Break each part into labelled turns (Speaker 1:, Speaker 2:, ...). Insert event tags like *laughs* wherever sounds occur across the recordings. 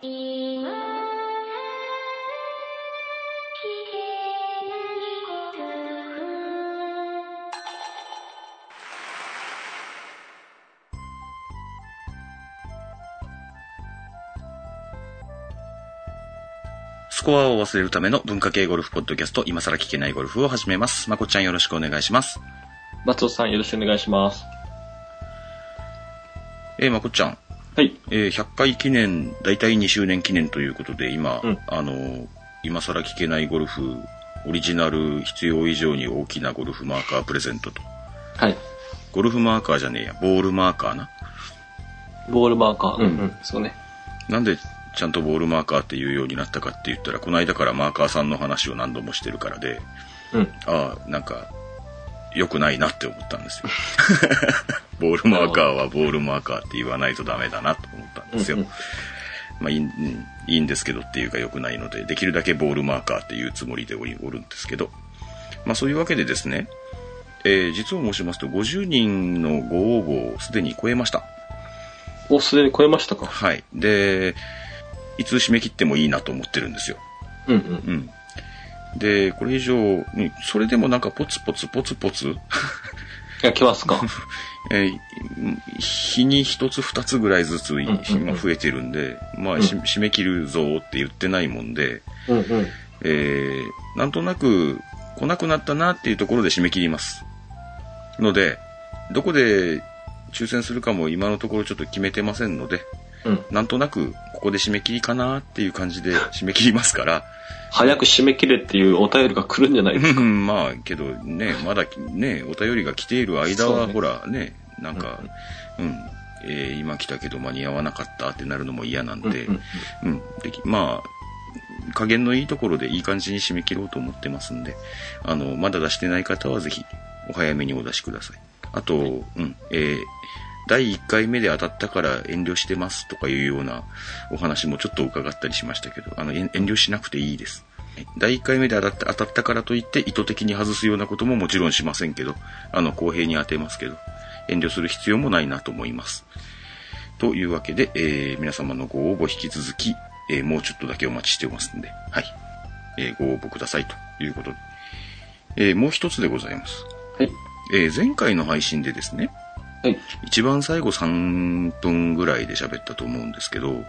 Speaker 1: 今聞けないこと
Speaker 2: スコアを忘れるための文化系ゴルフポッドキャスト、今更聞けないゴルフを始めます。まこちゃんよろしくお願いします。
Speaker 3: 松尾さんよろしくお願いします。
Speaker 2: えー、まこちゃん、
Speaker 3: はい。
Speaker 2: えー100回記念、だいたい2周年記念ということで、今、
Speaker 3: うん
Speaker 2: あのー、今更聞けないゴルフ、オリジナル必要以上に大きなゴルフマーカープレゼントと。
Speaker 3: はい。
Speaker 2: ゴルフマーカーじゃねえや、ボールマーカーな。
Speaker 3: ボールマーカー。うんうん。そうね。
Speaker 2: なんでちゃんとボールマーカーっていうようになったかって言ったら、この間からマーカーさんの話を何度もしてるからで、
Speaker 3: うん。
Speaker 2: ああ、なんか、良くないなって思ったんですよ。 *laughs* ボールマーカーはボールマーカーって言わないとダメだなと思ったんですよ。
Speaker 3: うんうん
Speaker 2: まあいい、うんいいんですけどっていうか良くないので、できるだけボールマーカーっていうつもりでおりおるんですけど、まあそういうわけでですね、えー実を申しますと50人のご応募をすでに超えました。
Speaker 3: お、すでに超えましたか
Speaker 2: はい。で、いつ締め切ってもいいなと思ってるんですよ。
Speaker 3: うんうん。
Speaker 2: うん。で、これ以上、うんそれでもなんかポツポツポツポツ、
Speaker 3: いや、来ますか
Speaker 2: えー日に一つ二つぐらいずつ
Speaker 3: んうん
Speaker 2: 今増えてるんで、まあ、し
Speaker 3: うん
Speaker 2: 締め切るぞーって言ってないもんで、
Speaker 3: うんうん。
Speaker 2: えーなんとなく来なくなったなっていうところで締め切ります。ので、どこで抽選するかも今のところちょっと決めてませんので、
Speaker 3: うん。
Speaker 2: なんとなくここで締め切りかなっていう感じで締め切りますから、
Speaker 3: 早く締め切れっていうお便りが来るんじゃないです
Speaker 2: う
Speaker 3: か。
Speaker 2: ん *laughs* まあけどね、まだね、お便りが来ている間
Speaker 3: そう
Speaker 2: は、
Speaker 3: ね
Speaker 2: ほらね、なんか、うん、えー今来たけど間に合わなかったってなるのも嫌なんで、
Speaker 3: うんうん
Speaker 2: うん、できまあ、加減のいいところでいい感じに締め切ろうと思ってますんで、あの、まだ出してない方はぜひ、お早めにお出しください。あと、うん、えー第1回目で当たったから遠慮してますとかいうようなお話もちょっと伺ったりしましたけど、あの、遠遠慮しなくていいです。第1回目で当たった当たったからといって意図的に外すようなことももちろんしませんけど、あの、公平に当てますけど、遠慮する必要もないなと思います。というわけで、えー皆様のご応募引き続き、えーもうちょっとだけお待ちしておりますんで、はい。えーご応募くださいということで。えーもう一つでございます。
Speaker 3: はい。
Speaker 2: えー前回の配信でですね、
Speaker 3: はい。
Speaker 2: 一番最後3分ぐらいで喋ったと思うんですけど、
Speaker 3: うん。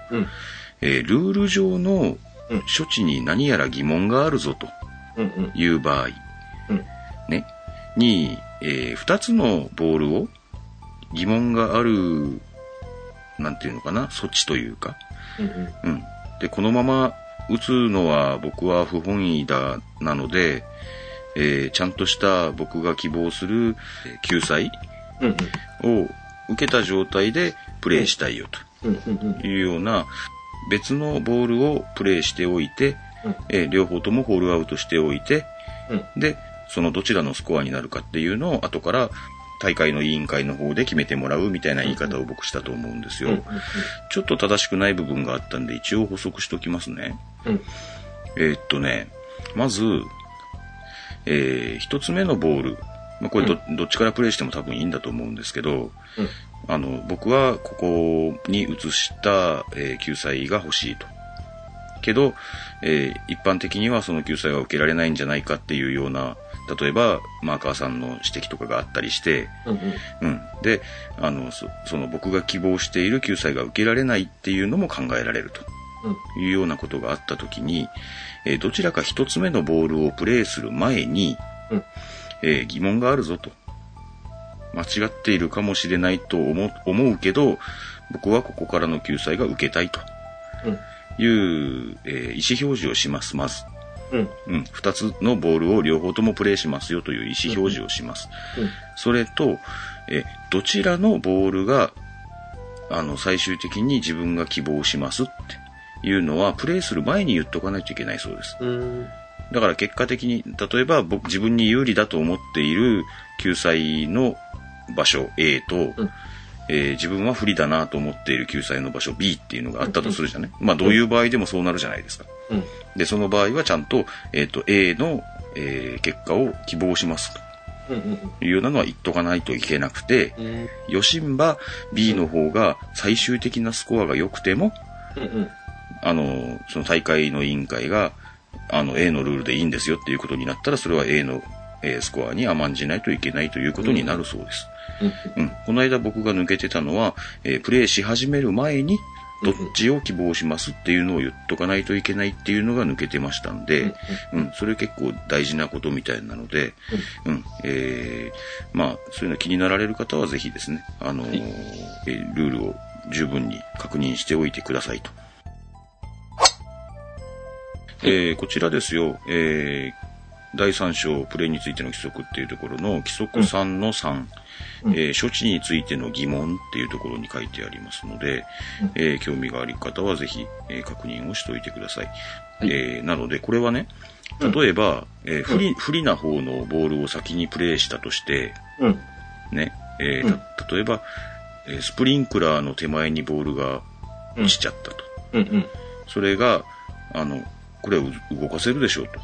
Speaker 2: えールール上の
Speaker 3: うん
Speaker 2: 処置に何やら疑問があるぞと
Speaker 3: うんうん。
Speaker 2: いう場合、
Speaker 3: うん
Speaker 2: ね、に、え2つのボールを疑問がある、なんていうのかな、措置というか、
Speaker 3: うんうん。
Speaker 2: うん。で、このまま打つのは僕は不本意だ、なので、えーちゃんとした僕が希望するえー救済
Speaker 3: うん
Speaker 2: を受けた状態でプレイしたいよ
Speaker 3: うん。うんうんうん。
Speaker 2: というような別のボールをプレイしておいて、
Speaker 3: うん
Speaker 2: えー両方ともホールアウトしておいて、
Speaker 3: うん
Speaker 2: で、そのどちらのスコアになるかっていうのを後から大会の委員会の方で決めてもらうみたいな言い方を僕したと思うんですよ。
Speaker 3: うんうん
Speaker 2: ちょっと正しくない部分があったんで、一応補足しておきますね。
Speaker 3: うん
Speaker 2: えーっとね、まず、えー一つ目のボール。まあ、これど、どっちからプレイしても多分いいんだと思うんですけど、
Speaker 3: うん
Speaker 2: あの、僕はここに移した、えー救済が欲しいと。けど、えー一般的にはその救済は受けられないんじゃないかっていうような、例えば、マーカーさんの指摘とかがあったりして、
Speaker 3: うんうん。
Speaker 2: うん。で、あの、そその僕が希望している救済が受けられないっていうのも考えられる
Speaker 3: うん
Speaker 2: というようなことがあったときに、えーどちらか一つ目のボールをプレイする前に、
Speaker 3: うん
Speaker 2: えー疑問があるぞと。間違っているかもしれないと思う思うけど、僕はここからの救済が受けたいという、えー意思表示をします、まず。
Speaker 3: うんうん。
Speaker 2: うん、二つのボールを両方ともプレイしますよという意思表示をします。
Speaker 3: うん
Speaker 2: それと、え、どちらのボールが、あの、最終的に自分が希望しますっていうのは、プレイする前に言っとかないといけないそうです。
Speaker 3: うん。
Speaker 2: だから結果的に、例えば僕、自分に有利だと思っている救済の場所 A と、
Speaker 3: うん
Speaker 2: えー自分は不利だなと思っている救済の場所 B っていうのがあったとするじゃない、まあ、どういう場合でもそうなるじゃないですか。
Speaker 3: うん。
Speaker 2: で、その場合はちゃんと、えっ、と、A の、えー結果を希望します
Speaker 3: うんうん
Speaker 2: というようなのは言っとかないといけなくて、
Speaker 3: うん。うん
Speaker 2: よしんば B の方が最終的なスコアが良くても、
Speaker 3: うんうん。
Speaker 2: あの、その大会の委員会が、あの、A のルールでいいんですよっていうことになったら、それは A の、えースコアに甘んじないといけないということになるそうです。うん。この間僕が抜けてたのは、えープレイし始める前に、どっちを希望しますっていうのを言っとかないといけないっていうのが抜けてましたんで、うん、それ結構大事なことみたいなので、うん、えー、まあ、そういうの気になられる方はぜひですね、あのー
Speaker 3: はい
Speaker 2: えールールを十分に確認しておいてくださいと。えー、こちらですよ、えー、第3章、プレイについての規則っていうところの、規則3の3、
Speaker 3: うん
Speaker 2: えー処置についての疑問っていうところに書いてありますので、
Speaker 3: うん
Speaker 2: えー興味がある方はぜひ、えー確認をしておいてください。
Speaker 3: い
Speaker 2: えーなので、これはね、
Speaker 3: うん
Speaker 2: 例えば、えー不利、不利な方のボールを先にプレイしたとして、
Speaker 3: うん。
Speaker 2: ね、えーた例えば、えースプリンクラーの手前にボールが
Speaker 3: うん
Speaker 2: 落ちちゃったと。
Speaker 3: うん。うん。
Speaker 2: それが、あの、これを動かせるでしょうと。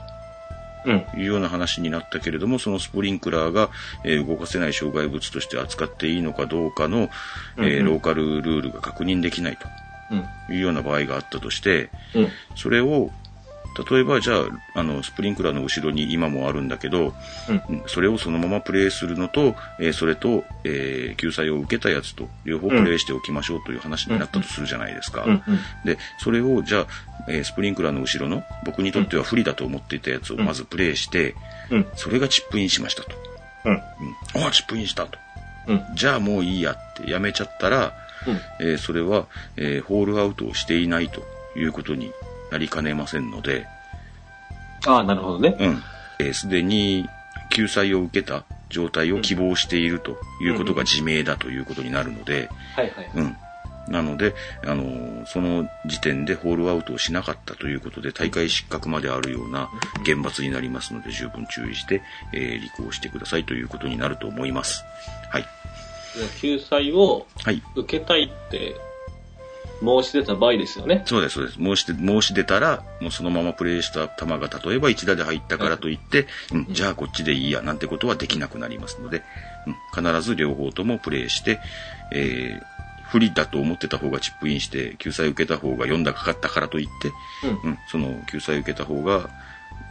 Speaker 3: うん。
Speaker 2: いうような話になったけれども、そのスプリンクラーが、えー動かせない障害物として扱っていいのかどうかの、えー
Speaker 3: うんうん
Speaker 2: ローカルルールが確認できない
Speaker 3: うん。
Speaker 2: というような場合があったとして、
Speaker 3: うん。
Speaker 2: それを、例えばじゃあ、あの、スプリンクラーの後ろに今もあるんだけど、うんそれをそのままプレイするのと、えーそれと、えー救済を受けたやつと、両方プレイしておきましょうという話になったとするじゃないですか。
Speaker 3: うん。
Speaker 2: で、それを、じゃあ、えースプリンクラーの後ろの、僕にとっては不利だと思っていたやつをまずプレイして、
Speaker 3: うん。
Speaker 2: それがチップインしましたと。
Speaker 3: うん。
Speaker 2: うん。ああ、チップインしたと。
Speaker 3: うん。
Speaker 2: じゃあもういいやってやめちゃったら、えーそれは、えーホールアウトをしていないということになりかねませんので、
Speaker 3: ああ、なるほどね。
Speaker 2: うん。えーすでに救済を受けた状態を希望しているということが自明だということになるので、
Speaker 3: はいはい。
Speaker 2: うん。なので、あのーその時点でホールアウトをしなかったということで、大会失格まであるような厳罰になりますので、十分注意して、えー履行してくださいということになると思います。はい。
Speaker 3: 救済を
Speaker 2: はい。
Speaker 3: 受けたいって申し出た場合ですよね。
Speaker 2: そうです、そうです。申して、申し出たら、もうそのままプレイした球が例えば1打で入ったからといって、うん、じゃあこっちでいいや、なんてことはできなくなりますので、うん、必ず両方ともプレイして、えー、不利だと思ってた方がチップインして、救済受けた方が4打かかったからといって、
Speaker 3: う
Speaker 2: うん、その救済受けた方が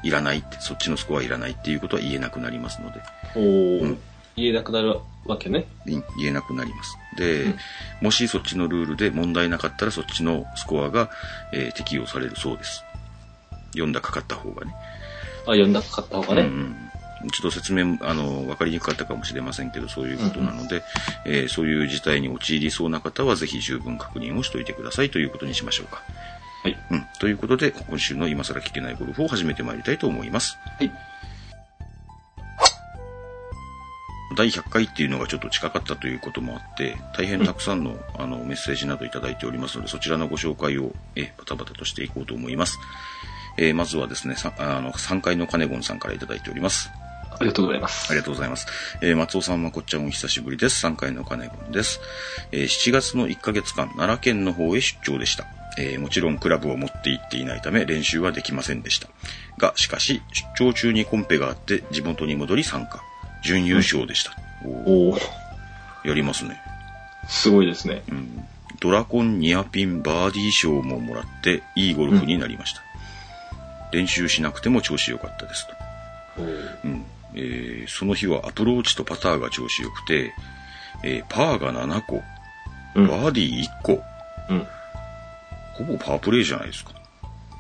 Speaker 2: いらないって、そっちのスコアいらないっていうことは言えなくなりますので、
Speaker 3: お
Speaker 2: う
Speaker 3: ー
Speaker 2: ん
Speaker 3: 言えなくなるわけね。
Speaker 2: い言えなくなります。で、
Speaker 3: うん
Speaker 2: もしそっちのルールで問題なかったらそっちのスコアが、えー適用されるそうです。読んだかかった方がね。
Speaker 3: あ、読んだかかった方が
Speaker 2: うん
Speaker 3: ね。
Speaker 2: うんちょっと説明、あの、わかりにくかったかもしれませんけど、そういうことなので、えーそういう事態に陥りそうな方は、ぜひ十分確認をしておいてくださいということにしましょうか。
Speaker 3: はい。
Speaker 2: うん。ということで、今週の今更聞けないゴルフを始めてまいりたいと思います。
Speaker 3: はい。
Speaker 2: 第100回っていうのがちょっと近かったということもあって、大変たくさんの,、あのメッセージなどいただいておりますので、そちらのご紹介をえバタバタとしていこうと思います。えーまずはですね、さあの3階のカネゴンさんからいただいております。
Speaker 3: ありがとうございます。
Speaker 2: ありがとうございます。えー松尾さん、まこっちゃんお久しぶりです。3回の金子です。えー7月の1ヶ月間、奈良県の方へ出張でした。えーもちろんクラブを持って行っていないため練習はできませんでした。が、しかし、出張中にコンペがあって地元に戻り参加。準優勝でした。おー
Speaker 3: おお
Speaker 2: やりますね。
Speaker 3: すごいですね。
Speaker 2: うん。ドラコンニアピンバーディー賞ももらって、いいゴルフになりました。練習しなくても調子良かったですと。
Speaker 3: おお
Speaker 2: うんえーその日はアプローチとパターが調子良くて、えーパーが7個、
Speaker 3: うん
Speaker 2: バーディー1個、
Speaker 3: うん。
Speaker 2: ほぼパープレイじゃないですか。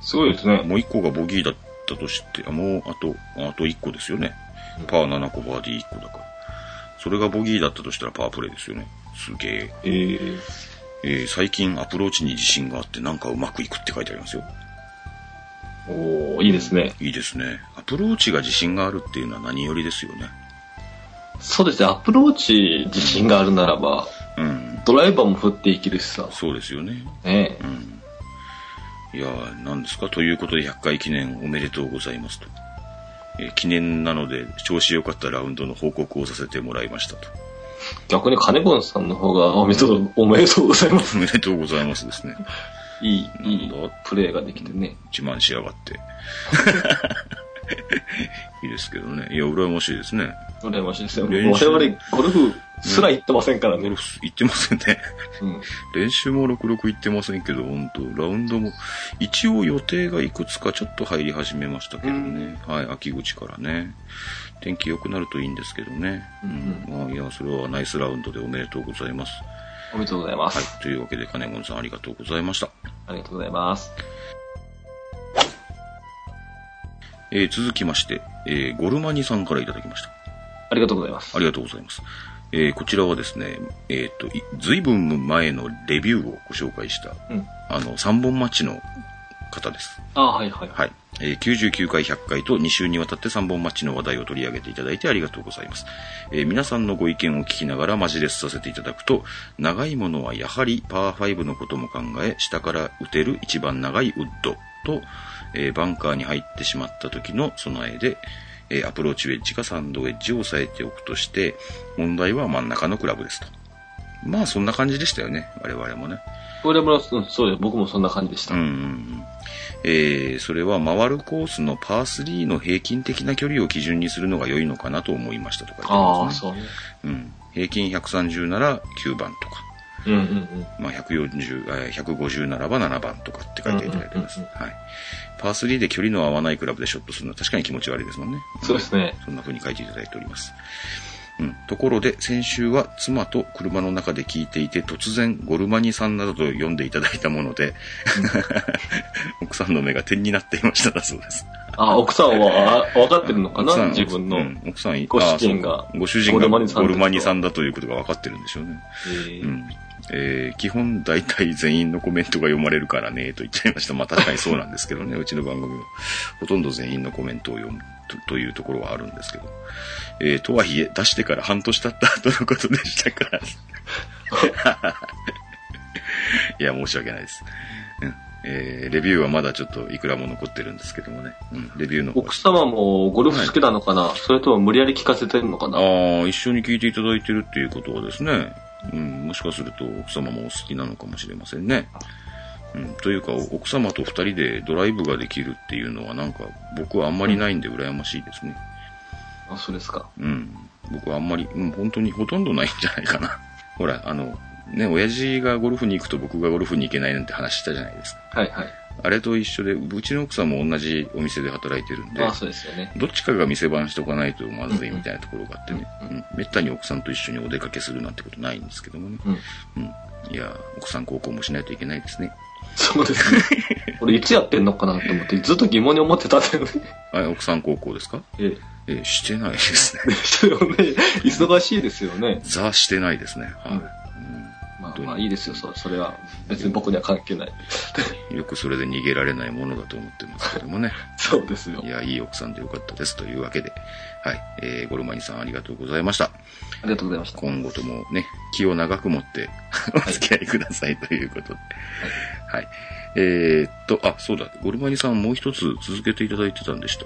Speaker 3: すごいですね。
Speaker 2: もう1個がボギーだったとして、あもうあと、あと1個ですよね。パー7個、バーディー1個だから。それがボギーだったとしたらパープレイですよね。すげえ。
Speaker 3: えー、
Speaker 2: えー最近アプローチに自信があってなんかうまくいくって書いてありますよ。
Speaker 3: おおいいですね。
Speaker 2: いいですね。アプローチが自信があるっていうのは何よりですよね。
Speaker 3: そうですね、アプローチ自信があるならば、
Speaker 2: うん。
Speaker 3: ドライバーも振っていけるしさ。
Speaker 2: そうですよね。
Speaker 3: ね
Speaker 2: いやー、何ですかということで100回記念おめでとうございますと。えー記念なので、調子良かったラウンドの報告をさせてもらいましたと。 *laughs*
Speaker 3: 逆に金子さんの方が、おめでとう、おめでとうございます。
Speaker 2: おめでとうございますですね。
Speaker 3: いい、いい
Speaker 2: なんだ
Speaker 3: プレーができてね。
Speaker 2: 自慢しやがって。 *laughs* いいですけどね。いや、羨ましいですね。
Speaker 3: 羨ましいですよ。
Speaker 2: 練
Speaker 3: 我
Speaker 2: 習
Speaker 3: 々、ゴルフすら行ってませんから
Speaker 2: ゴ
Speaker 3: ね
Speaker 2: ル。フ行ってませんね。
Speaker 3: うん。
Speaker 2: 練習も66行ってませんけど、本当ラウンドも、一応予定がいくつかちょっと入り始めましたけどね。はい、秋口からね。天気良くなるといいんですけどね。うん。まあ、いや、それはナイスラウンドでおめでとうございます。
Speaker 3: おめでとうございま
Speaker 2: はい
Speaker 3: す。、
Speaker 2: というわけで金本さんありがとうございました。
Speaker 3: ありがとうございます。
Speaker 2: えー続きまして、えーゴルマニさんからいただきました。
Speaker 3: ありがとうございます。
Speaker 2: ありがとうございます。えーこちらはですね、えっ、と、いずいぶん前のレビューをご紹介した、
Speaker 3: うん
Speaker 2: あの、3本マッチの方です。
Speaker 3: ああ、はいはい。
Speaker 2: はい。えー99回、100回と2週にわたって3本マッチの話題を取り上げていただいてありがとうございます。えー皆さんのご意見を聞きながらマジレスさせていただくと、長いものはやはりパー5のことも考え、下から打てる一番長いウッドと、えーバンカーに入ってしまった時の備えで、えーアプローチウェッジかサンドウェッジを抑えておくとして、問題は真ん中のクラブですと。まあそんな感じでしたよね、我々もね。
Speaker 3: 俺も、うんそうです。僕もそんな感じでし
Speaker 2: う
Speaker 3: た。
Speaker 2: んうんうんえーそれは回るコースのパー3の平均的な距離を基準にするのが良いのかなと思いましたとか言って
Speaker 3: あ
Speaker 2: ま
Speaker 3: あ、
Speaker 2: すね
Speaker 3: そうね。
Speaker 2: うん、平均130なら9番とか、
Speaker 3: うんうんうん。
Speaker 2: まあ、140えー150ならば7番とかって書いていただいてます、
Speaker 3: うんう
Speaker 2: はい、パー3で距離の合わないクラブでショットするのは確かに気持ち悪いですもんね
Speaker 3: そうですね。
Speaker 2: そんな風に書いていただいております。うん、ところで、先週は妻と車の中で聞いていて、突然、ゴルマニさんなどと呼んでいただいたもの
Speaker 3: *laughs*
Speaker 2: で、奥さんの目が点になっていましただそうです。
Speaker 3: あ、奥さんはあ分かってるのか
Speaker 2: 奥さ
Speaker 3: なん自分の。
Speaker 2: う
Speaker 3: え
Speaker 2: ん奥さん、
Speaker 3: ご主人が
Speaker 2: あそうご主人が
Speaker 3: ゴルマニさん
Speaker 2: ゴ
Speaker 3: ですと
Speaker 2: ルマニさんだということが分かってるんでしょうね。う
Speaker 3: ー
Speaker 2: んえー基本大体全員のコメントが読まれるからね、と言っちゃいました。まあ確かにそうなんですけどね、うちの番組はほとんど全員のコメントを読むとというところはあるんですけど。えーとはいえ、出してから半年経った後のことでしたから。 *laughs* いや、申し訳ないです。うんえーレビューはまだちょっといくらも残ってるんですけどもね。うん、レビューの方は
Speaker 3: 奥様もゴルフ好きなのかなそれとも無理やり聞かせてるのかな
Speaker 2: ああ、一緒に聞いていただいてるっていうことはですね、うん、もしかすると奥様もお好きなのかもしれませんね。うん、というか、お奥様と二人でドライブができるっていうのはなんか僕はあんまりないんで羨ましいですね。
Speaker 3: あ、そうですか。
Speaker 2: うん、僕はあんまり、うん、本当にほとんどないんじゃないかな。 *laughs* ほら、あの、ね、親父がゴルフに行くと僕がゴルフに行けないなんて話したじゃないですか。
Speaker 3: はいはい。
Speaker 2: あれと一緒で、うちの奥さんも同じお店で働いてるんで、
Speaker 3: あそうですよね。
Speaker 2: どっちかが店番しておかないとまずいみたいなところがあってね、
Speaker 3: うん
Speaker 2: うんめったに奥さんと一緒にお出かけするなんてことないんですけどもね。
Speaker 3: うん。
Speaker 2: うん、いや、奥さん高校もしないといけないですね。
Speaker 3: そうです
Speaker 2: *laughs*
Speaker 3: ね。俺いつやってんのかなと思って、ずっと疑問に思ってたんだよね。
Speaker 2: あ、奥さん高校ですか
Speaker 3: ええ
Speaker 2: え、してないですね。
Speaker 3: *laughs* ですよね。忙しいですよね。
Speaker 2: ザしてないですね。はい。
Speaker 3: まあまあいいですよ、そそれは。別に僕には関係ない。
Speaker 2: うんよくそれで逃げられないものだと思ってますけどもね。
Speaker 3: そうですよ
Speaker 2: い。や、いい奥さんでよかったです。というわけで、はい。えー、ゴルマニさんありがとうございました。
Speaker 3: ありがとうございました。
Speaker 2: 今後ともね、気を長く持って、お付き合いくださいということで。はい。えーっと、あ、そうだ、ゴルマニさんもう一つ続けていただいてたんでした。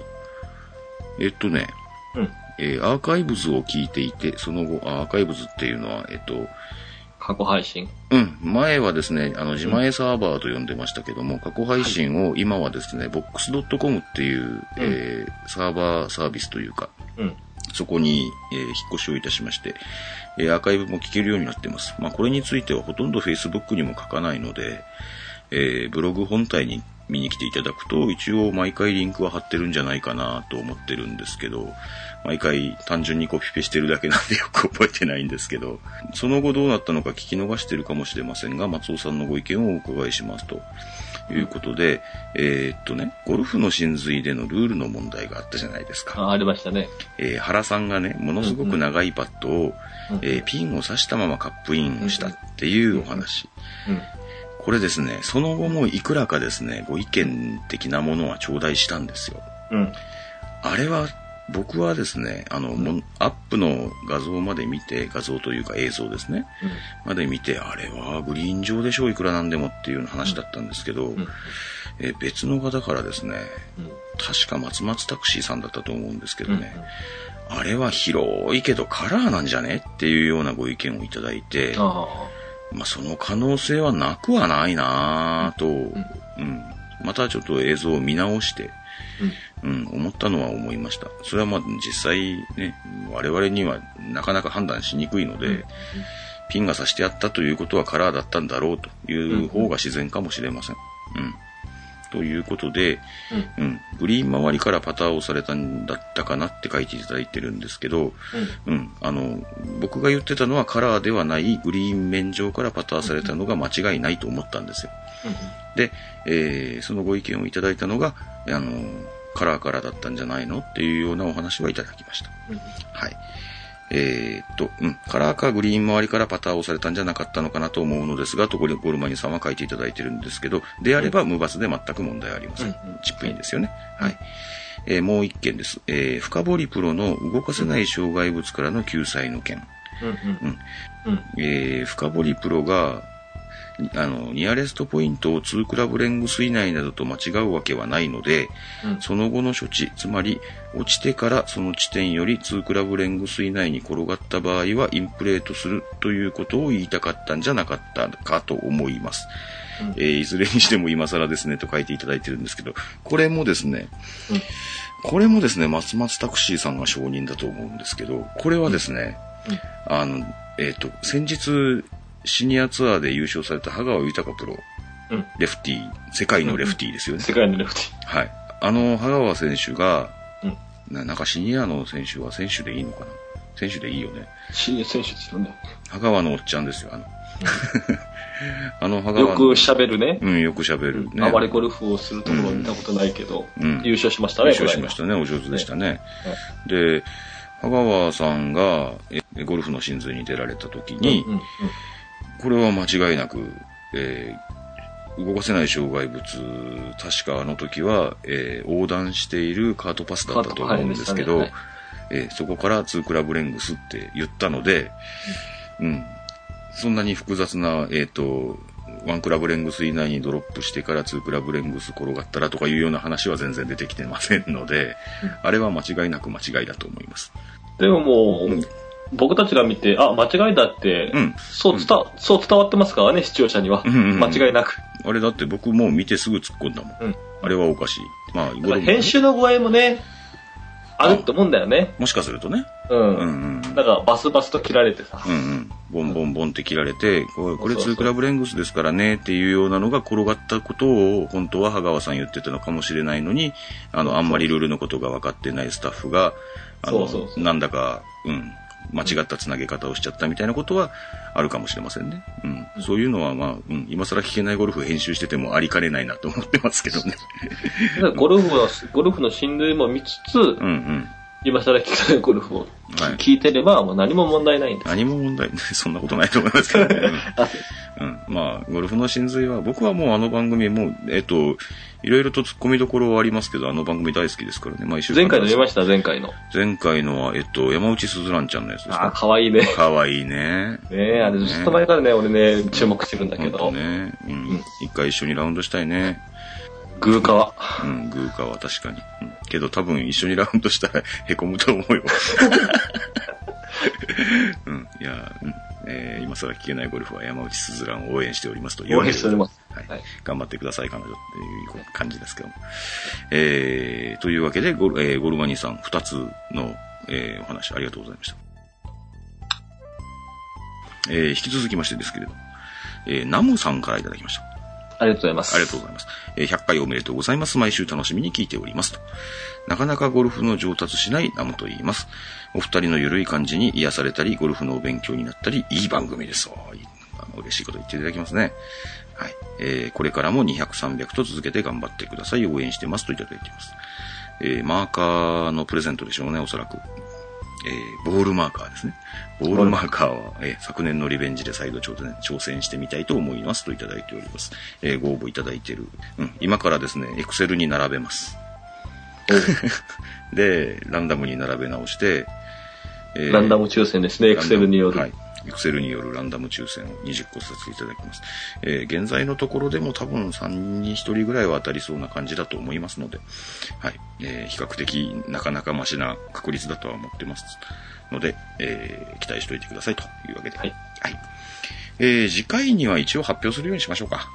Speaker 2: えっとね、
Speaker 3: うん
Speaker 2: えーアーカイブズを聞いていて、その後、あアーカイブズっていうのは、えっと、
Speaker 3: 過去配信。
Speaker 2: うん、前はですね、あの、自前サーバーと呼んでましたけども、過去配信を今はですね、box.com っていう、えーサーバーサービスというか、
Speaker 3: うん。
Speaker 2: そこに、えー引っ越しをいたしまして、えーアーカイブも聞けるようになってます。まあ、これについてはほとんど Facebook にも書かないので、えーブログ本体に見に来ていただくと、一応毎回リンクは貼ってるんじゃないかなと思ってるんですけど、毎回単純にコピペしてるだけなんでよ *laughs* く覚えてないんですけど、その後どうなったのか聞き逃してるかもしれませんが、松尾さんのご意見をお伺いしますと。いうことで、えーっとね、ゴルフの真髄でのルールの問題があったじゃないですか。
Speaker 3: あ、ありましたね。
Speaker 2: えー原さんがね、ものすごく長いパットを、
Speaker 3: うん
Speaker 2: えーピンを刺したままカップインをしたっていうお話。
Speaker 3: うん。
Speaker 2: これですね、その後もいくらかですね、ご意見的なものは頂戴したんですよ。
Speaker 3: うん。
Speaker 2: あれは、僕はですね、あの、もうアップの画像まで見て、画像というか映像ですね、まで見て、あれはグリーン上でしょう、いくらなんでもっていう話だったんですけど、
Speaker 3: うん。
Speaker 2: えー別の方からですね、
Speaker 3: うん。
Speaker 2: 確か松松タクシーさんだったと思うんですけど
Speaker 3: う
Speaker 2: ね、
Speaker 3: ん。
Speaker 2: あれは広いけどカラーなんじゃねっていうようなご意見をいただいて、
Speaker 3: ああ。
Speaker 2: まあ、その可能性はなくはないなぁと、うん、またちょっと映像を見直して、うん、思ったのは思いました。それはまあ実際ね、我々にはなかなか判断しにくいので、
Speaker 3: うん
Speaker 2: ピンが差してやったということはカラーだったんだろうという方が自然かもしれません。うん。ということで、うん、グリーン周りからパターをされたんだったかなって書いていただいてるんですけど、うん、あの、僕が言ってたのはカラーではないグリーン面上からパターされたのが間違いないと思ったんですよ。で、えーそのご意見をいただいたのが、あの、カラーからだったんじゃないのっていうようなお話はいただきました。はい。えーっと、うん、カラーかグリーン周りからパターをされたんじゃなかったのかなと思うのですが、とゴリゴルマニさんは書いていただいてるんですけど、であれば無罰で全く問題ありません。
Speaker 3: うんうん
Speaker 2: チップインですよね。はい。えーもう一件です。えー深堀プロの動かせない障害物からの救済の件。えー深堀プロが、にあの、ニアレストポイントを2クラブ連ス以内などと間違うわけはないので、その後の処置、つまり、落ちてからその地点より2クラブ連ス以内に転がった場合は、インプレートするということを言いたかったんじゃなかったかと思います。
Speaker 3: うん
Speaker 2: えーいずれにしても今更ですね、と書いていただいてるんですけど、これもですね、
Speaker 3: うん
Speaker 2: これもですね、松松タクシーさんが承認だと思うんですけど、これはですね、あの、えっ、と、先日、シニアツアーで優勝された羽川豊プロ、
Speaker 3: うん
Speaker 2: レフティー、世界のレフティーですよね。
Speaker 3: 世界のレフテ
Speaker 2: はい。あの、羽川選手が、
Speaker 3: うん
Speaker 2: ななんかシニアの選手は選手でいいのかな選手でいいよね。
Speaker 3: ィ。シニア選手ですよね。
Speaker 2: 羽川のおっちゃんですよ、あの。 *laughs* あの羽川の
Speaker 3: よく喋るね。
Speaker 2: うん、よく喋る、ね。
Speaker 3: あまりゴルフをするところを見たことないけど、
Speaker 2: うん
Speaker 3: 優勝しました
Speaker 2: 優
Speaker 3: ね、
Speaker 2: 勝しましたね、お上手でしたね。で、羽川さんが、えゴルフの真髄に出られた時
Speaker 3: これ
Speaker 2: に、
Speaker 3: うんうん
Speaker 2: これは間違いなく、えー動かせない障害物、確かあの時は、えー横断しているカートパスだったと思うんですけど、
Speaker 3: カート
Speaker 2: えーそこから2クラブレングスって言ったので、うん。そんなに複雑な、えっ、と、1クラブレングス以内にドロップしてから2クラブレングス転がったらとかいうような話は全然出てきてませんので、
Speaker 3: うん
Speaker 2: あれは間違いなく間違いだと思います。
Speaker 3: でももう、
Speaker 2: うん
Speaker 3: 僕たちが見て、あ、間違いだって、
Speaker 2: うん
Speaker 3: そう伝わ、そう伝わってますからね、視聴者には。
Speaker 2: うんうんうん
Speaker 3: 間違いなく。
Speaker 2: あれだって僕もう見てすぐ突っ込んだもん。
Speaker 3: うん
Speaker 2: あれはおかしい。まあ、
Speaker 3: だから編集の具合もね、あると思うんだよね。
Speaker 2: もしかするとね。
Speaker 3: うん。
Speaker 2: うんうん。
Speaker 3: だからバスバスと切られてさ。
Speaker 2: うんうん。ボンボンボンって切られて、これ、これ
Speaker 3: そうそう
Speaker 2: 2クラブレングスですからねっていうようなのが転がったことを、本当は羽川さん言ってたのかもしれないのに、あの、あんまりルールのことが分かってないスタッフが、あの、
Speaker 3: そうそうそう
Speaker 2: なんだか、うん、間違ったつなげ方をしちゃったみたいなことはあるかもしれませんね。うん。そういうのは、まあ、うん、今更聞けないゴルフ編集しててもありかねないなと思ってますけど
Speaker 3: *laughs*
Speaker 2: ね。
Speaker 3: だからゴルフの、ゴルフの信頼も見つつ、
Speaker 2: うんうん。
Speaker 3: 今更聞かないゴルフを
Speaker 2: はい。
Speaker 3: 聞いてれば、もう何も問題ないんです。
Speaker 2: 何も問題ない。そんなことないと思いますけど
Speaker 3: *laughs*
Speaker 2: ね。うん。まあ、ゴルフの真髄は、僕はもうあの番組、もう、えっと、いろいろと突っ込みどころはありますけど、あの番組大好きですからね、毎週。
Speaker 3: 前回の見ました、前回の。
Speaker 2: 前回のは、えっと、山内すずらんちゃんのやつです
Speaker 3: ああ、
Speaker 2: か。
Speaker 3: かわいいね。
Speaker 2: かわいいね。
Speaker 3: ねえ、あれずっと前からね、俺ね、注目してるんだ
Speaker 2: ほ
Speaker 3: け
Speaker 2: んと
Speaker 3: ど、
Speaker 2: ね。う
Speaker 3: うんん。
Speaker 2: 一回一緒にラウンドしたいね。
Speaker 3: グーカワ。
Speaker 2: うん、グーカーは確かに。うんけど多分一緒にラウンドしたら *laughs* 凹むと思うよ。うん、いや、うん。えー今更聞けないゴルフは山内すずらんを応援しておりますという
Speaker 3: 応
Speaker 2: わけ
Speaker 3: 援
Speaker 2: で
Speaker 3: しております。
Speaker 2: はい
Speaker 3: はい。
Speaker 2: 頑張ってください、彼女っていう感じですけども。えー、というわけでゴル、えーゴルマニーさん2つの、えーお話ありがとうございました。えー引き続きましてですけれども、えーナムさんからいただきました。
Speaker 3: ありがとうございます。
Speaker 2: ありがとうございます。えー100回おめでとうございます。毎週楽しみに聞いておりますと。なかなかゴルフの上達しないナムと言います。お二人のゆるい感じに癒されたり、ゴルフのお勉強になったり、いい番組です。おーいあの嬉しいこと言っていただきますね。はい。えーこれからも200、300と続けて頑張ってください。応援してますといただいています。えーマーカーのプレゼントでしょうね、おそらく。えーボールマーカーですね。ボールマーカーは、えー昨年のリベンジで再度挑戦挑戦してみたいと思いますといただいております。えーご応募いただいている。うん、今からですね、エクセルに並べます。で、ランダムに並べ直して、えー
Speaker 3: ランダム抽選ですね、エクセルによる。
Speaker 2: はい。エクセルによるランダム抽選を20個させていただきます。えー現在のところでも多分3人に1人ぐらいは当たりそうな感じだと思いますので、はい。えー比較的なかなかマシな確率だとは思ってますので、えー期待しておいてくださいというわけで。
Speaker 3: はい。
Speaker 2: はい。えー次回には一応発表するようにしましょうか。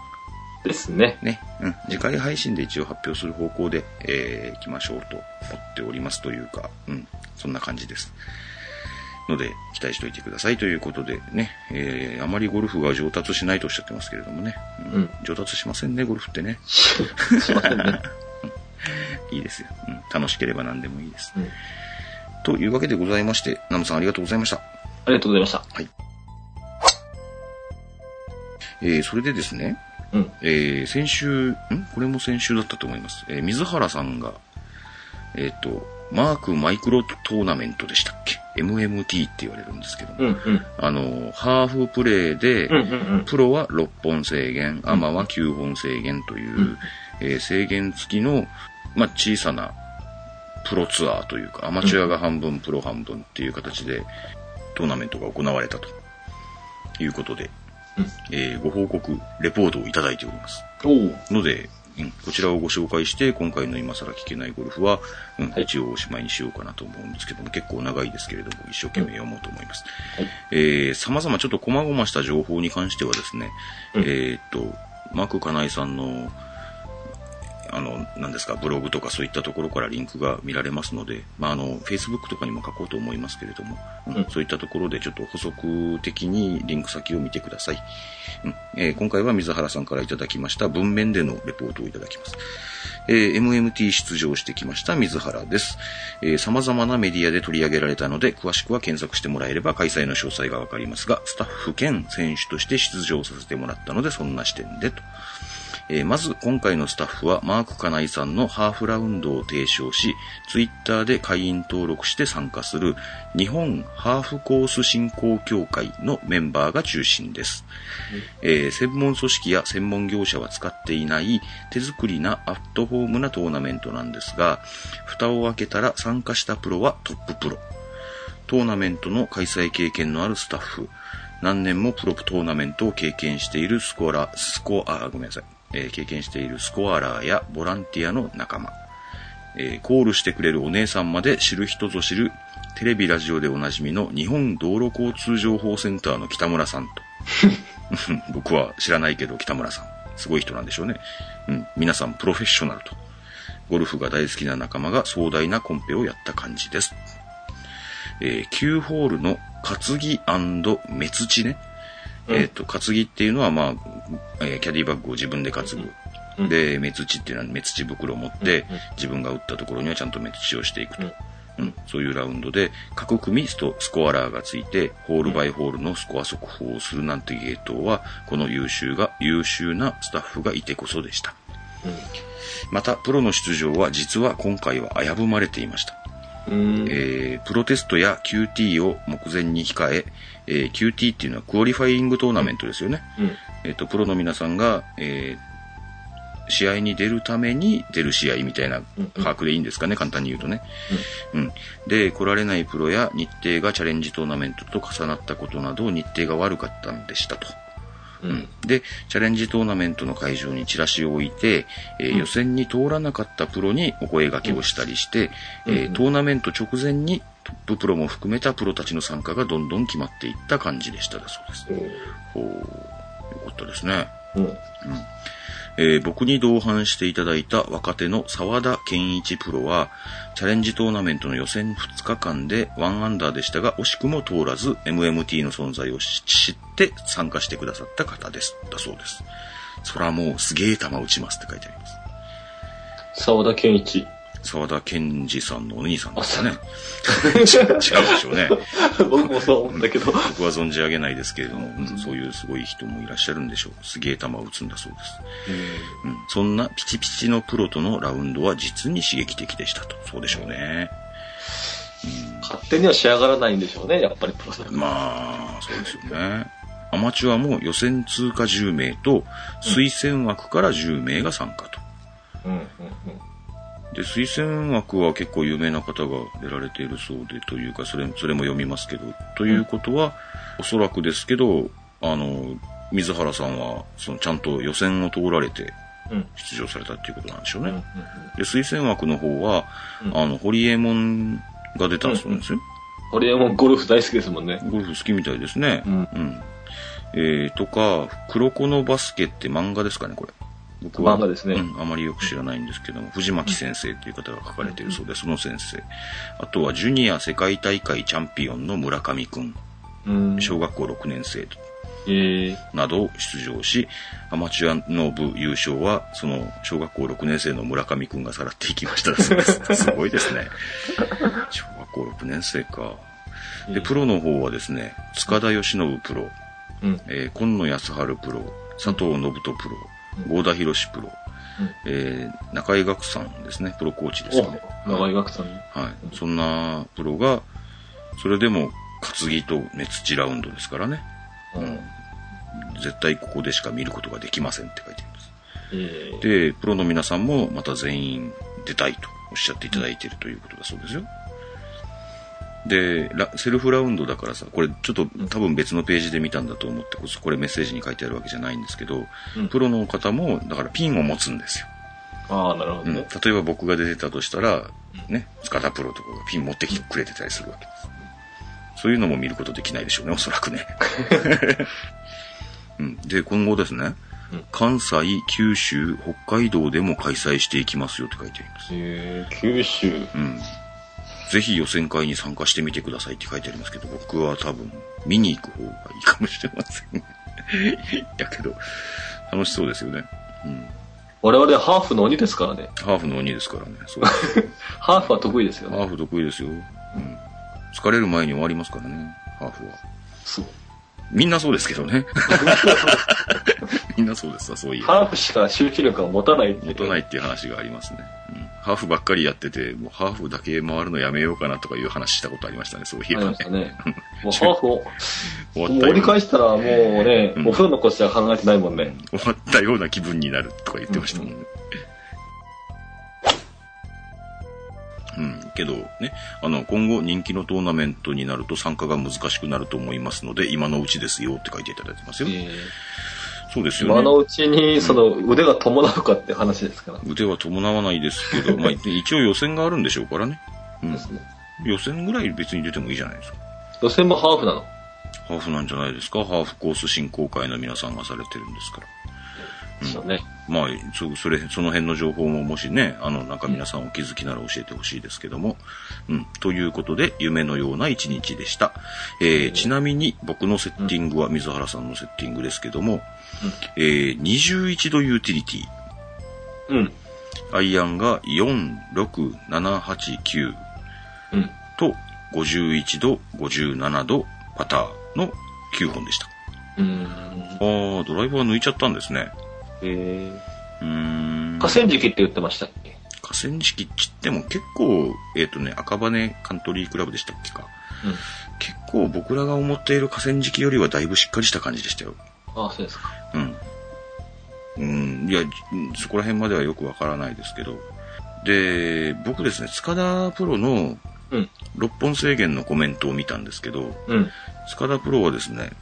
Speaker 3: ですね。
Speaker 2: ね、うん、次回配信で一応発表する方向で、えー、行きましょうと思っておりますというか、うん、そんな感じです。ので、期待しておいてくださいということでね、えー、あまりゴルフが上達しないとおっしゃってますけれどもね、うん
Speaker 3: うん
Speaker 2: 上達しませんね、ゴルフってね。
Speaker 3: しませ
Speaker 2: *laughs*
Speaker 3: んね。
Speaker 2: いいですよ。うん、楽しければ何でもいいです。
Speaker 3: うん
Speaker 2: というわけでございまして、ナムさんありがとうございました。
Speaker 3: ありがとうございました。
Speaker 2: えー、それでですね、
Speaker 3: うん。
Speaker 2: えー先週、んこれも先週だったと思います。えー水原さんが、えっ、と、マークマイクロトーナメントでしたっけ ?MMT って言われるんですけども、
Speaker 3: うんうん。
Speaker 2: あの、ハーフプレーで、
Speaker 3: うんうん
Speaker 2: プロは6本制限、アマは9本制限という、
Speaker 3: うん
Speaker 2: えー制限付きの、まあ、小さなプロツアーというか、アマチュアが半分、プロ半分っていう形で、トーナメントが行われたということで、
Speaker 3: うん
Speaker 2: えーご報告、レポートをいただいております。
Speaker 3: うん。おう
Speaker 2: ので、うん、こちらをご紹介して、今回の今更聞けないゴルフは、うん
Speaker 3: はい
Speaker 2: 一応おしまいにしようかなと思うんですけども、結構長いですけれども、一生懸命読もうと思います。
Speaker 3: はい
Speaker 2: えー、様々ちょっと細々した情報に関してはですね、
Speaker 3: うん
Speaker 2: えーっと、マークカナイさんの、あの、何ですか、ブログとかそういったところからリンクが見られますので、まあ、あの、Facebook とかにも書こうと思いますけれども、うん
Speaker 3: うん
Speaker 2: そういったところでちょっと補足的にリンク先を見てください。うんえー今回は水原さんからいただきました文面でのレポートをいただきます。えー MMT 出場してきました水原です、えー様々なメディアで取り上げられたので、詳しくは検索してもらえれば開催の詳細がわかりますが、スタッフ兼選手として出場させてもらったので、そんな視点でと。えーまず今回のスタッフはマークカナイさんのハーフラウンドを提唱し、ツイッターで会員登録して参加する日本ハーフコース振興協会のメンバーが中心です。えー専門組織や専門業者は使っていない手作りなアットホームなトーナメントなんですが、蓋を開けたら参加したプロはトッププロ。トーナメントの開催経験のあるスタッフ、何年もプロトーナメントを経験しているスコアラ、スコア、あごめんなさい、えー経験しているスコアラーやボランティアの仲間、えーコールしてくれるお姉さんまで知る人ぞ知る、テレビ、ラジオでおなじみの日本道路交通情報センターの北村さんと。僕は知らないけど北村さん。すごい人なんでしょうね。うん。皆さんプロフェッショナルと。ゴルフが大好きな仲間が壮大なコンペをやった感じです。えー9ホールの担ぎ目土ね。
Speaker 3: うん
Speaker 2: えっ、と、担ぎっていうのは、まあ、えーキャディバッグを自分で担ぐ。
Speaker 3: うん
Speaker 2: で、目土っていうのは目土袋を持って
Speaker 3: うんうん、
Speaker 2: 自分が打ったところにはちゃんと目土をしていくと。うん、そういうラウンドで、各組ストスコアラーがついて、ホールバイホールのスコア速報をするなんてゲートは、この優秀が、優秀なスタッフがいてこそでした。また、プロの出場は実は今回は危ぶまれていました。
Speaker 3: うん。うん。
Speaker 2: えープロテストや QT を目前に控え、えー QT っていうのはクオリファイングトーナメントですよね。
Speaker 3: うん。
Speaker 2: えっ、と、プロの皆さんが、えー試合に出るために出る試合みたいな
Speaker 3: うん
Speaker 2: 把握でいいんですかね、簡単に言うとね。うん。で、来られないプロや日程がチャレンジトーナメントと重なったことなど、日程が悪かったんでしたと。
Speaker 3: うん。うん。
Speaker 2: で、チャレンジトーナメントの会場にチラシを置いて、えー
Speaker 3: うん
Speaker 2: 予選に通らなかったプロにお声掛けをしたりして、
Speaker 3: うん
Speaker 2: えー
Speaker 3: うん
Speaker 2: トーナメント直前にトッププロも含めたプロたちの参加がどんどん決まっていった感じでしただそうです。ほう、よかったですね。
Speaker 3: うん。
Speaker 2: えー僕に同伴していただいた若手の沢田健一プロは、チャレンジトーナメントの予選2日間で1アンダーでしたが、惜しくも通らず MMT の存在を知知って参加してくださった方です。だそうです。そらもうすげえ球打ちますって書いてあります。
Speaker 3: 沢田健一。
Speaker 2: 沢田健二さんのお兄さんですか
Speaker 3: あ
Speaker 2: ね。違うでしょうね。
Speaker 3: 僕もそう思ったけど。
Speaker 2: 僕は存じ上げないですけれども、うんそういうすごい人もいらっしゃるんでしょう。すげえ球を打つんだそうです。うん、そんなピチピチのプロとのラウンドは実に刺激的でしたと。そうでしょうね。
Speaker 3: 勝手には仕上がらないんでしょうね、やっぱりプロだから。
Speaker 2: まあ、そうですよね。アマチュアも予選通過10名と、推薦枠から10名が参加と。
Speaker 3: うんうん
Speaker 2: で、推薦枠は結構有名な方が出られているそうで、というか、それ、それも読みますけど、ということは、おそらくですけど、あの、水原さんは、その、ちゃんと予選を通られて
Speaker 3: うん。うん。
Speaker 2: 出場されたっていうことなんでしょうね。
Speaker 3: うんうん
Speaker 2: で、推薦枠の方は、
Speaker 3: うん
Speaker 2: あの、堀江門が出たそうなんですよ。
Speaker 3: 俺はもうゴルフ大好きですもんね。
Speaker 2: ゴルフ好きみたいですね。
Speaker 3: うん
Speaker 2: えー、とか、黒子のバスケって漫画ですかね、これ。僕は
Speaker 3: 漫画ですね。
Speaker 2: うん、あまりよく知らないんですけども、藤巻先生という方が書かれているそうで、その先生。あとは、ジュニア世界大会チャンピオンの村上くん、
Speaker 3: うん。
Speaker 2: 小学校6年生と
Speaker 3: ええ
Speaker 2: など出場し、アマチュアの部優勝は、その小学校6年生の村上くんがさらっていきましただそうです。
Speaker 3: *laughs*
Speaker 2: すごいですね。小学校6年生か。で、プロの方はですね、塚田義信プロ、
Speaker 3: うん
Speaker 2: えー今野康晴プロ、佐藤信人プロ、
Speaker 3: うん
Speaker 2: 郷田博士プロ、
Speaker 3: うん
Speaker 2: えー中井岳さんですね、プロコーチですかね。
Speaker 3: お、長井学さんに。
Speaker 2: はい。そんなプロが、それでも担ぎと目土ラウンドですからね。
Speaker 3: うん。
Speaker 2: 絶対ここでしか見ることができませんって書いてあります。
Speaker 3: ええ
Speaker 2: で、プロの皆さんもまた全員出たいとおっしゃっていただいているということだそうですよ。で、ラセルフラウンドだからさ、これちょっと多分別のページで見たんだと思ってこそ、これメッセージに書いてあるわけじゃないんですけど、
Speaker 3: うん
Speaker 2: プロの方も、だからピンを持つんですよ。
Speaker 3: ああ、なるほ
Speaker 2: う
Speaker 3: ど
Speaker 2: ん、
Speaker 3: ね
Speaker 2: 例。えば僕が出てたとしたら、ね、塚田プロとかがピン持ってきてくれてたりするわけです。そういうのも見ることできないでしょうね、おそらくね。うん、で、今後ですね、
Speaker 3: うん
Speaker 2: 関西、九州、北海道でも開催していきますよって書いてあります。
Speaker 3: ええ九州。
Speaker 2: うん。ぜひ予選会に参加してみてくださいって書いてありますけど、僕は多分見に行く方がいいかもしれません。だけど、楽しそうですよね。うん。
Speaker 3: 我々はハーフの鬼ですからね。
Speaker 2: ハーフの鬼ですからね。そうです
Speaker 3: ハーフは得意ですよね。
Speaker 2: ハーフ得意ですよ。うん。疲れる前に終わりますからね、ハーフは。
Speaker 3: そう。
Speaker 2: みんなそうですけどね。 *laughs* みんなそうですわ、そういう。
Speaker 3: ハーフしか集中力は持たないって。
Speaker 2: 持たないいっていう話がありますね。うん。ハーフばっかりやってて、もうハーフだけ回るのやめようかなとかいう話したことありましたね、そういえ
Speaker 3: あり
Speaker 2: ば
Speaker 3: ま
Speaker 2: ね
Speaker 3: し。た *laughs* ね。もうハーフを、
Speaker 2: 終
Speaker 3: も
Speaker 2: わ
Speaker 3: う
Speaker 2: った
Speaker 3: 折り
Speaker 2: よ
Speaker 3: 返したらもうね、
Speaker 2: うん
Speaker 3: お風呂のことしか考えてないもんね。
Speaker 2: 終わったような気分になるとか言ってましたもんね。うん、けどね、あの、今後人気のトーナメントになると参加が難しくなると思いますので、今のうちですよって書いていただいてますよ。そうですよね。
Speaker 3: 今のうちに、その、腕が伴うかって話ですから。
Speaker 2: 腕は伴わないですけ
Speaker 3: *laughs*
Speaker 2: ど、まあ、一応予選があるんでしょうからね。うん
Speaker 3: で。すね。
Speaker 2: 予選ぐらい別に出てもいいじゃないですか。
Speaker 3: 予選もハーフなの。
Speaker 2: ハーフなんじゃないですか。ハーフコース振興会の皆さんがされてるんですから。
Speaker 3: そうね。
Speaker 2: まあ、そそれ、その辺の情報ももしね、あの、なんか皆さんお気づきなら教えてほしいですけども。うん。ということで、夢のような一日でした。えー、ちなみに僕のセッティングは水原さんのセッティングですけども、えー、21度ユーティリティ。
Speaker 3: うん。
Speaker 2: アイアンが4、6、7、8、9。
Speaker 3: うん。
Speaker 2: と51度、57度、パターの9本でした。
Speaker 3: うん。
Speaker 2: あー、ドライバー抜いちゃったんですね。
Speaker 3: えー
Speaker 2: うーん。
Speaker 3: 河川敷って言ってましたっけ
Speaker 2: 河川敷っちっても結構、えっ、とね、赤羽カントリークラブでしたっけか。
Speaker 3: うん。
Speaker 2: 結構僕らが思っている河川敷よりはだいぶしっかりした感じでしたよ。
Speaker 3: ああ、そうですか。
Speaker 2: うん。うん、いや、じそこら辺まではよくわからないですけど。で、僕ですね、塚田プロの
Speaker 3: うん
Speaker 2: 6本制限のコメントを見たんですけど、
Speaker 3: うん。
Speaker 2: 塚田プロはですね、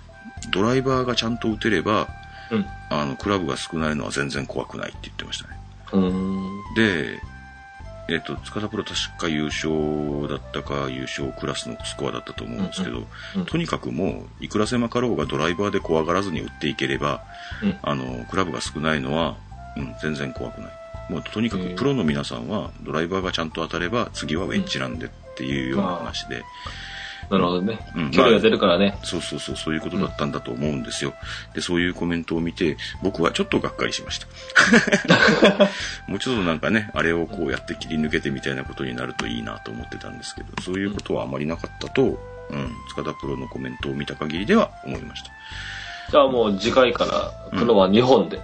Speaker 2: ドライバーがちゃんと打てれば、
Speaker 3: うん。
Speaker 2: あの、クラブが少ないのは全然怖くないって言ってましたね。
Speaker 3: うーん。
Speaker 2: で、えっ、と、塚田プロ確か優勝だったか、優勝クラスのスコアだったと思うんですけど、
Speaker 3: うんうん
Speaker 2: とにかくもう、いくら狭かろうがドライバーで怖がらずに打っていければ、
Speaker 3: うん
Speaker 2: あの、クラブが少ないのは、うん、全然怖くない。もう、とにかくプロの皆さんは、ドライバーがちゃんと当たれば、次はウェッジなんでっていうような話で、
Speaker 3: なるほどね
Speaker 2: うん。
Speaker 3: 距離が出るからね。
Speaker 2: そうそうそう、そういうことだったんだと思うんですよ。で、そういうコメントを見て、僕はちょっとがっかりしま
Speaker 3: *laughs*
Speaker 2: した。もうちょっとなんかね、あれをこうやって切り抜けてみたいなことになるといいなと思ってたんですけど、そういうことはあまりなかったと、うん、塚田プロのコメントを見た限りでは思いました。
Speaker 3: じゃあもう次回から、プロは2本で、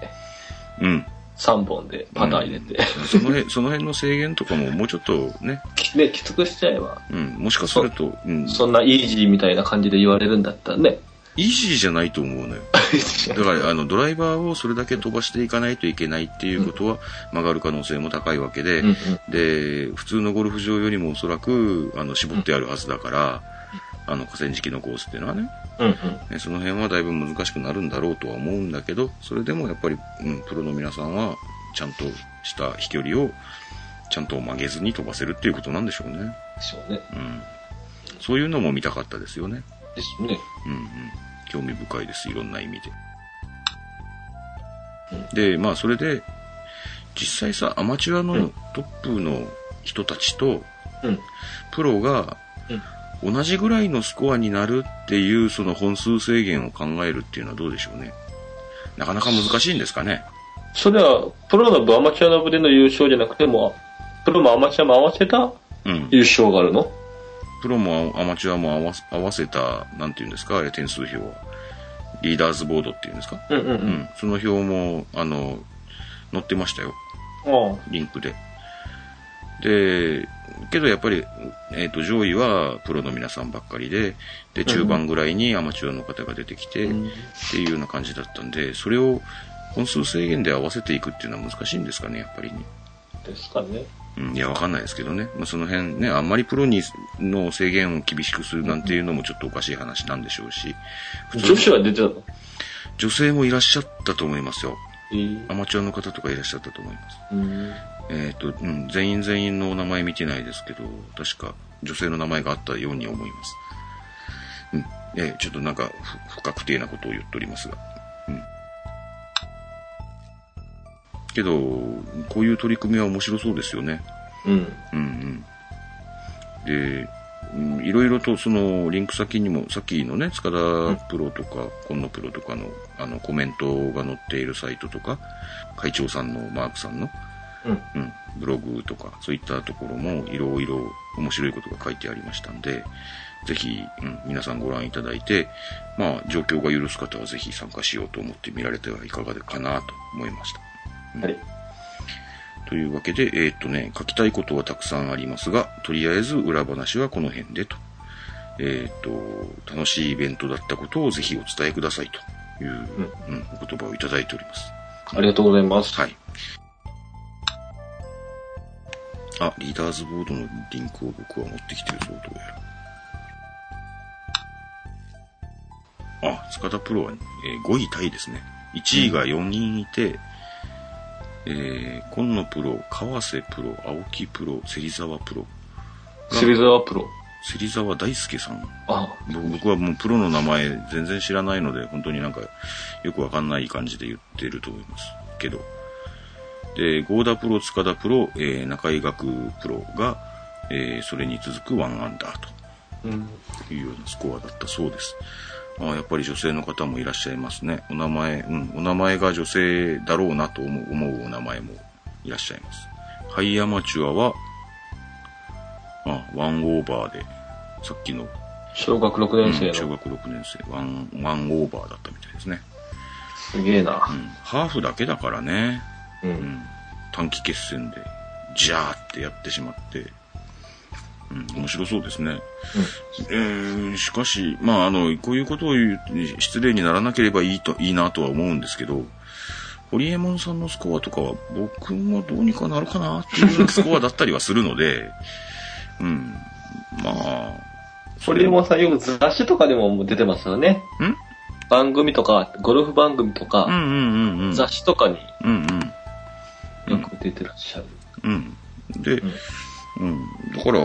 Speaker 2: うん。
Speaker 3: 3本で、パターン入れて、
Speaker 2: その
Speaker 3: *laughs*
Speaker 2: 辺、その辺の制限とかももうちょっとね、
Speaker 3: ね、きつくしちゃえば、
Speaker 2: うん、もしかすると、うん、
Speaker 3: そんなイージーみたいな感じで言われるんだったらね。
Speaker 2: イージーじゃないと思うのよ。だから、あの、ドライバーをそれだけ飛ばしていかないといけないっていうことは曲がる可能性も高いわけで、
Speaker 3: うんうん
Speaker 2: で、普通のゴルフ場よりもおそらく、あの、絞ってあるはずだから、あの、河川敷のコースっていうのはね、
Speaker 3: うん
Speaker 2: ねその辺はだいぶ難しくなるんだろうとは思うんだけど、それでもやっぱり、うん、プロの皆さんは、ちゃんとした飛距離を、ちゃんと曲げずに飛ばせるっていうことなんでしょうね。
Speaker 3: でしょうね。
Speaker 2: うん。そういうのも見たかったですよね。
Speaker 3: でしょうね。
Speaker 2: うんうん、興味深いですいろんな意味で
Speaker 3: うん
Speaker 2: でまあそれで実際さ、アマチュア
Speaker 3: う
Speaker 2: の
Speaker 3: ん
Speaker 2: トップの人たちと、
Speaker 3: うん
Speaker 2: プロが、同じぐらいのスコアになるっていう、その本数制限を考えるっていうのはどうでしょうね。なかなか難しいんですかね。
Speaker 3: それは、プロの部、アマチュアの部での優勝じゃなくても、プロもアマチュアも合わせた
Speaker 2: うん。
Speaker 3: 優勝があるの
Speaker 2: プロもアマチュアも合わせ合わせた、なんていうんですか、あれ点数表は。リーダーズボードっていうんですか。
Speaker 3: うんうんう。
Speaker 2: うんん。その表も、あの、載ってましたよ。
Speaker 3: あ
Speaker 2: リンクで。で、けどやっぱり、えっ、と、上位はプロの皆さんばっかりで、で、中盤ぐらいにアマチュアの方が出てきて、
Speaker 3: あ。
Speaker 2: っていうような感じだったんで、それを本数制限で合わせていくっていうのは難しいんですかね、やっぱりね。
Speaker 3: ですかね。
Speaker 2: うん、いや、わかんないですけどね。まあ、その辺ね、あんまりプロにの制限を厳しくするなんていうのもちょっとおかしい話なんでしょうし、普通
Speaker 3: 女子は出てたの
Speaker 2: 女性もいらっしゃったと思いますよ。
Speaker 3: えー
Speaker 2: アマチュアの方とかいらっしゃったと思います。
Speaker 3: うん
Speaker 2: えっ、と、うん、全員全員のお名前見てないですけど、確か女性の名前があったように思います。うん、えーちょっとなんか不不確定なことを言っておりますが。うん。けど、こういう取り組みは面白そうですよね。
Speaker 3: うん。
Speaker 2: うんうん。で、うんいろいろとそのリンク先にも、さっきのね、塚田プロとか、今野プロとかのあのコメントが載っているサイトとか、会長さんのマークさんの、
Speaker 3: うん
Speaker 2: うん、ブログとか、そういったところもいろいろ面白いことが書いてありましたんで、ぜひ、うん、皆さんご覧いただいて、まあ、状況が許す方はぜひ参加しようと思って見られてはいかがかなと思いました。うん
Speaker 3: はい。
Speaker 2: というわけで、えーっとね、書きたいことはたくさんありますが、とりあえず裏話はこの辺でと。えーっと、楽しいイベントだったことをぜひお伝えくださいという、うん、お言葉をいただいております。
Speaker 3: ありがとうございます。
Speaker 2: はい。あ、リーダーズボードのリンクを僕は持ってきてるぞ、どうやら。あ、塚田プロは、えー5位タイですね。1位が4人いて、えー、今野プロ、川瀬プロ、青木プロ、芹沢プロ、
Speaker 3: 芹沢プロ。
Speaker 2: 芹沢大輔さん。
Speaker 3: あ
Speaker 2: 僕僕はもうプロの名前全然知らないので、本当になんかよくわかんない感じで言ってると思いますけど。で、ゴーダプロ、塚田プロ、えー中井学プロが、えーそれに続くワンアンダー
Speaker 3: うん。
Speaker 2: というようなスコアだったそうです。あーやっぱり女性の方もいらっしゃいますね。お名前、うん、お名前が女性だろうなと思う思うお名前もいらっしゃいます。ハイアマチュアは、あ、ワンオーバーで、さっきの
Speaker 3: 小学6年生
Speaker 2: うん小
Speaker 3: の。
Speaker 2: 学6年生ワンワンオーバーだったみたいですね、
Speaker 3: すげえ
Speaker 2: う
Speaker 3: な。
Speaker 2: ん、ハーフだけだからね、
Speaker 3: う。
Speaker 2: うんん、短期決戦でジャーってやってしまって、うん、面白そうですね、えーしかしまああのこういうことを言う失礼にならなければいいといいなとは思うんですけどホリエモンさんのスコアとかは僕もどうにかなるかなっていうようなスコアだったりはするので、うん、まあ
Speaker 3: ホリエモンさんよく雑誌とかでももう出てますよね。
Speaker 2: ん
Speaker 3: 番組とか、ゴルフ番組と
Speaker 2: うん
Speaker 3: か、
Speaker 2: うんうんうん
Speaker 3: 雑誌とかに
Speaker 2: うんうん
Speaker 3: よく出てらっしゃる。
Speaker 2: うん。で、うん。だから、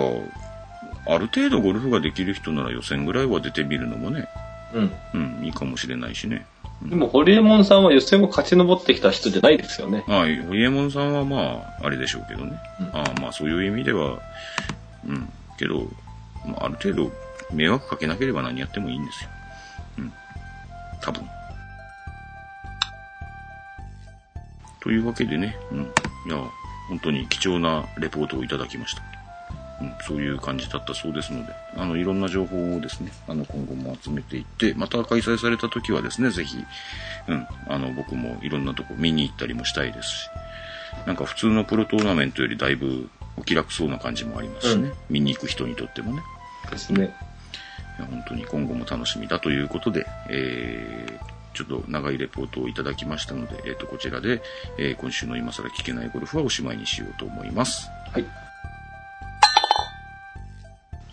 Speaker 2: ある程度ゴルフができる人なら予選ぐらいは出てみるのもね、
Speaker 3: うん。
Speaker 2: うん、いいかもしれないしね。
Speaker 3: でも、ホリエモンさんは予選を勝ち上ってきた人じゃないですよね。
Speaker 2: はい、ホリエモンさんはまあ、あれでしょうけどね。
Speaker 3: うん
Speaker 2: ああまあ、そういう意味では、うん、けど、まあ、ある程度、迷惑かけなければ何やってもいいんですよ。うん。多分。というわけでね、うん。いや、本当に貴重なレポートをいただきました。うん、そういう感じだったそうですので、あの、いろんな情報をですね、あの、今後も集めていって、また開催された時はですね、ぜひ、うん、あの、僕もいろんなとこ見に行ったりもしたいですし、なんか普通のプロトーナメントよりだいぶお気楽そうな感じもありますしね、見に行く人にとってもね、
Speaker 3: ですね。
Speaker 2: いや本当に今後も楽しみだということで、えーちょっと長いレポートをいただきましたので、えっ、と、こちらで、えー今週の今更聞けないゴルフはおしまいにしようと思います。
Speaker 3: はい。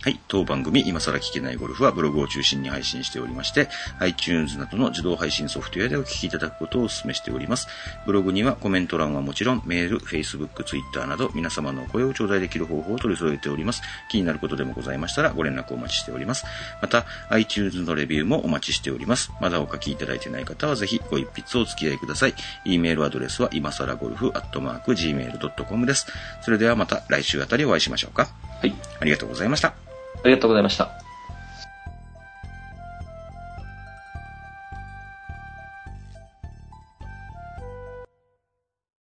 Speaker 2: はい。当番組、今更聞けないゴルフはブログを中心に配信しておりまして、iTunes などの自動配信ソフトウェアでお聞きいただくことをお勧めしております。ブログにはコメント欄はもちろん、メール、Facebook、Twitter など、皆様のお声を頂戴できる方法を取り揃えております。気になることでもございましたら、ご連絡お待ちしております。また、iTunes のレビューもお待ちしております。まだお書きいただいてない方は、ぜひご一筆お付き合いください。e メールアドレスは、今更ゴルフ、アットマーク、gmail.com です。それではまた来週あたりお会いしましょうか。
Speaker 3: はい。
Speaker 2: ありがとうございました。
Speaker 3: ありがとうございました。